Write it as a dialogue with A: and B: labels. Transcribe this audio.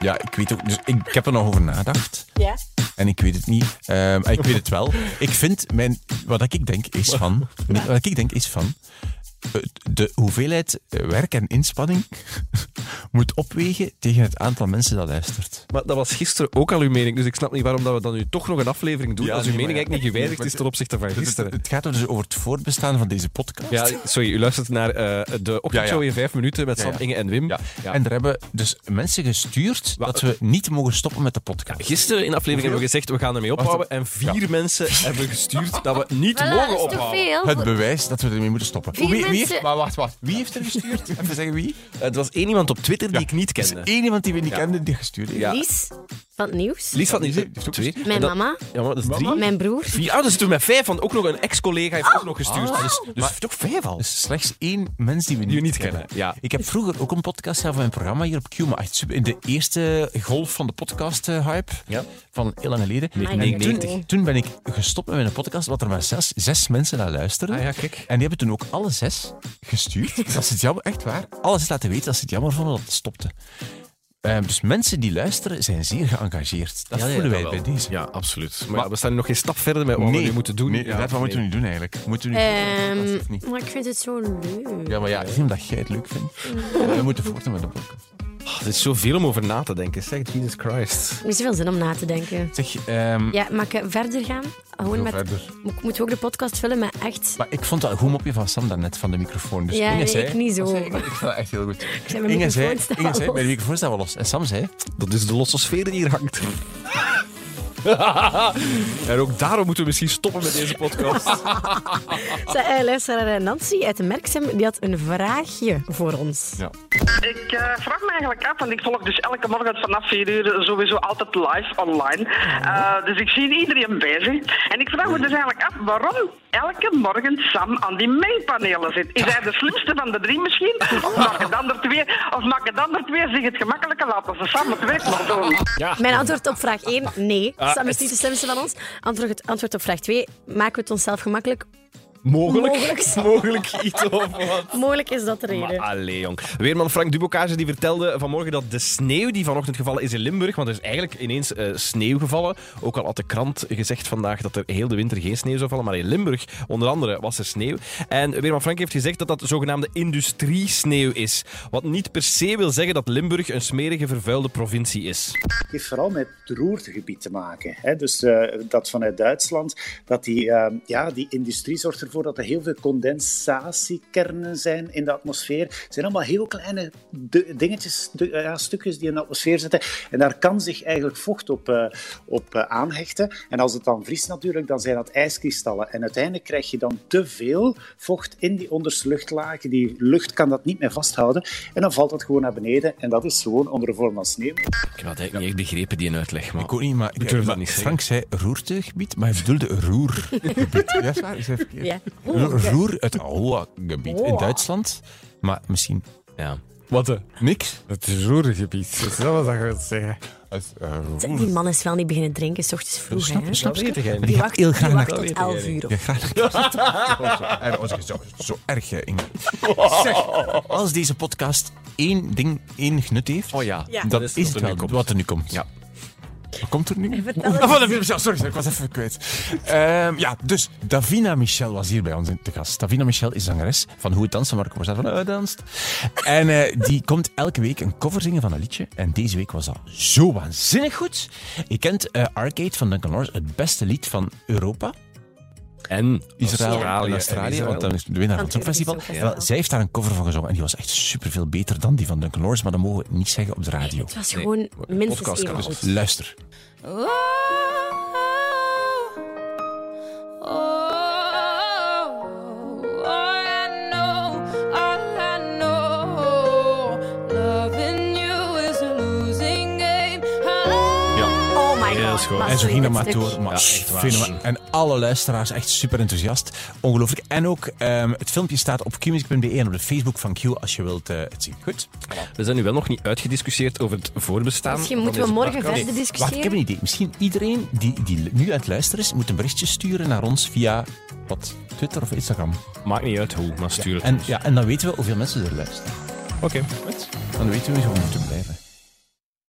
A: Ja, ik weet ook. Dus ik, ik heb er nog over nagedacht.
B: Ja?
A: En ik weet het niet. Ehm, ik weet het wel. Ik vind mijn. Wat ik denk is van. nee, Wat ik denk is van. eh, De hoeveelheid werk en inspanning moet opwegen tegen het aantal mensen dat luistert.
C: Maar dat was gisteren ook al uw mening, dus ik snap niet waarom dat we dan nu toch nog een aflevering doen
A: Ja,
C: als uw
A: nee, maar
C: mening
A: ja.
C: eigenlijk niet gewijzigd is ten opzichte van
A: Het,
C: gisteren.
A: het gaat dus over het voortbestaan van deze podcast.
C: Ja, sorry, u luistert naar eh, de ochtendshow in vijf minuten met
A: Ja,
C: Sam,
A: ja.
C: Inge en Wim. ja.
A: En er hebben dus mensen gestuurd dat we niet mogen stoppen met de podcast.
C: Gisteren in aflevering hebben we gezegd, we gaan ermee ophouden. En vier mensen hebben gestuurd dat we niet
D: Wel,
C: mogen
D: dat is te
C: ophouden.
D: veel.
A: Het bewijs dat we ermee moeten stoppen.
D: Vier
A: wie,
D: mensen-
A: heeft, maar wacht, wacht. Wie heeft er gestuurd? Even zeggen wie?
C: Het was één iemand op Twitter die
A: Ja.
C: ik niet
A: Er is
C: kende.
A: één iemand die we niet
C: Ja.
A: kenden die gestuurd heeft.
C: Ja.
D: Lies van het nieuws.
C: Lies van niet.
A: heeft ook
C: Twee.
A: gestuurd.
D: Mijn
C: En dat-
D: mama,
C: Ja, maar dat is drie.
D: mijn Oh. broer.
C: Vier. Ah, dus toen met vijf, want ook nog een ex-collega heeft ook nog gestuurd. Dus, dus toch vijf al.
A: Dus slechts één mens die we niet,
C: Die we niet kennen, ja.
A: Ik heb vroeger ook een podcast gehad van een programma hier op Q. Maar echt super- in de eerste golf van de podcast-hype
C: Ja. Ah,
A: van heel lang geleden.
D: Amai,
A: En
D: dat is
A: toen,
D: cool.
A: toen ben ik gestopt met mijn podcast, wat er maar zes, zes mensen naar luisterden.
C: Ah ja, kijk.
A: En die hebben toen ook alle zes gestuurd. dat ze het jammer, echt waar. Alle zes laten weten dat ze het jammer vonden dat het stopte. Eh, dus mensen die luisteren zijn zeer geëngageerd. Dat voelen wij bij deze.
C: Ja, absoluut. Maar, ja, we staan nu nog geen stap verder met wat we nu moeten doen.
A: Nee,
C: Ja,
A: inderdaad, wat moeten we
C: nee.
A: nu doen eigenlijk? Moeten we nu
D: Ehm,
A: Of niet?
D: maar ik vind het zo leuk.
A: Ja, maar ja, het is niet omdat jij het leuk vindt. We moeten voortaan met de podcast.
C: Ah, er is zoveel om over na te denken. Zeg, Jesus Christ.
D: Er is veel zin om na te denken.
A: Zeg, ehm,
D: Ja, mag ik verder gaan? Gewoon met...
A: verder.
D: Mo- Moeten we ook de podcast vullen met echt...
A: Maar ik vond dat een goed mopje van Sam daarnet, van de microfoon. Dus
D: Ja,
A: Inge
D: nee,
A: zei,
D: ik niet zo.
A: Wat zei ik? ik vond dat echt heel goed.
D: zei, mijn
A: Inge
D: microfoon
A: zei,
D: staat
A: Inge zei,
D: los.
A: mijn microfoon staat wel los. En Sam zei,
C: Dat is de losse sfeer die hier hangt. en ook daarom moeten we misschien stoppen met deze podcast.
D: Zij- eh, Luisteraar eh, Nancy uit de Merksem, die had een vraagje voor ons.
E: Ik eh, vraag me eigenlijk af, want ik volg dus elke morgen vanaf 4 uur sowieso altijd live online. Eh, dus ik zie iedereen bezig. En ik vraag me dus eigenlijk af waarom elke morgen Sam aan die mengpanelen zit. Is hij de slimste van de drie misschien? Of maken de ander twee, of maken de ander twee zich het gemakkelijker laten ze Sam het werk maar doen?
D: Mijn antwoord op vraag 1, nee.
C: Ah.
D: Sam is niet de slimste van ons. Antwoord, antwoord op vraag 2, maken we het onszelf gemakkelijk?
C: Mogelijk.
D: Mogelijk.
C: Mogelijk iets of wat.
D: Mogelijk is dat de reden.
C: Maar ah. allee, jong. Weerman Frank Dubocage die vertelde vanmorgen dat de sneeuw die vanochtend gevallen is in Limburg, want er is eigenlijk ineens eh, sneeuw gevallen. Ook al had de krant gezegd vandaag dat er heel de winter geen sneeuw zou vallen, maar in Limburg onder andere was er sneeuw. En Weerman Frank heeft gezegd dat dat zogenaamde industriesneeuw is. Wat niet per se wil zeggen dat Limburg een smerige, vervuilde provincie is.
F: Het heeft vooral met het roertegebied te maken. Hè? Dus eh, dat vanuit Duitsland, dat die, eh, ja, die industrie zorgt ervoor dat er heel veel condensatiekernen zijn in de atmosfeer. Het zijn allemaal heel kleine du- dingetjes, du- eh, ja, stukjes die in de atmosfeer zitten. En daar kan zich eigenlijk vocht op, eh, op eh, aanhechten. En als het dan vriest natuurlijk, dan zijn dat ijskristallen. En uiteindelijk krijg je dan te veel vocht in die onderste luchtlagen. Die lucht kan dat niet meer vasthouden. En dan valt dat gewoon naar beneden. En dat is gewoon onder de vorm van sneeuw.
C: Ik heb dat eigenlijk niet echt begrepen, die uitleg. Maar...
A: ik ook niet, maar...
C: Ik durf dat
A: maar
C: niet zeggen.
A: Frank zei roertegebied, maar hij bedoelde roergebied. ja, is waar, ik zei verkeerd.
D: Ja.
A: Roer, roer uit Ahoa-gebied in
D: Hoa.
A: Duitsland. Maar misschien
C: Ja.
G: Wat
A: eh?
G: de?
A: niks.
G: Het is roergebied. Dus dat was dat ik wilde zeggen.
D: Die man is wel niet beginnen drinken, s ochtends vroeg. hè?
C: Snap je?
A: Maar die gaat heel graag
D: Die
A: naar
D: wacht tot
C: weet ik
D: 11 uur.
A: Ja, graag. zo, eh, zo, zo erg, hè, Inge. Zeg, als deze podcast één ding, één genut heeft,
C: Oh ja.
D: Ja.
A: dat is, het wel wat er nu komt.
C: Ja.
A: Wat komt er nu?
D: Vertel het.
A: Ah, van de film zelf, sorry, sorry, ik was even kwijt. Ehm, ja, dus Davina Michel was hier bij ons in- te gast. Davina Michel is zangeres van Hoe het Danst van Marco Borsato van Hoe het Danst. En eh, die komt elke week een cover zingen van een liedje. En deze week was dat zo waanzinnig goed. Je kent eh, Arcade van Duncan Lawrence, het beste lied van Europa.
C: En
A: Israël
C: Australië
A: en Australië,
C: Israël.
A: want eh, dan is de winnaar van het
D: Van het
A: Songfestival.
D: Songfestival.
A: Wel, zij heeft daar een cover van gezongen en die was echt superveel beter dan die van Duncan Lawrence, maar dat mogen we niet zeggen op de radio.
D: Het was gewoon minstens
C: podcast
D: één
C: kan dus
D: goed.
A: dus Luister.
H: Oh, oh, oh, all I know, all I know, loving you is a losing game.
D: Oh my god.
C: Ja, dat is gewoon-
D: Maar
A: En zo
D: sorry,
A: ging dat
D: dit
A: maar
D: stuk.
A: door. Maar
C: Ja, echt waar.
A: fenomenaal. En alle luisteraars echt super enthousiast. Ongelooflijk. En ook ehm, het filmpje staat op qmusic.be E en op de Facebook van Q als je wilt eh, het zien. Goed?
C: We zijn nu wel nog niet uitgediscussieerd over het voorbestaan.
D: Misschien
C: van
D: moeten we
C: deze
D: morgen
C: podcast.
D: verder
A: Wacht, ik heb
D: discussiëren.
A: een idee. Misschien iedereen die, die nu aan het luisteren is, moet een berichtje sturen naar ons via wat, Twitter of Instagram.
C: Nee, maakt niet uit hoe, maar stuur het
A: En,
C: ons.
A: ja, en dan weten we hoeveel mensen er luisteren.
C: Oké.
A: Dan weten we hoe we moeten blijven.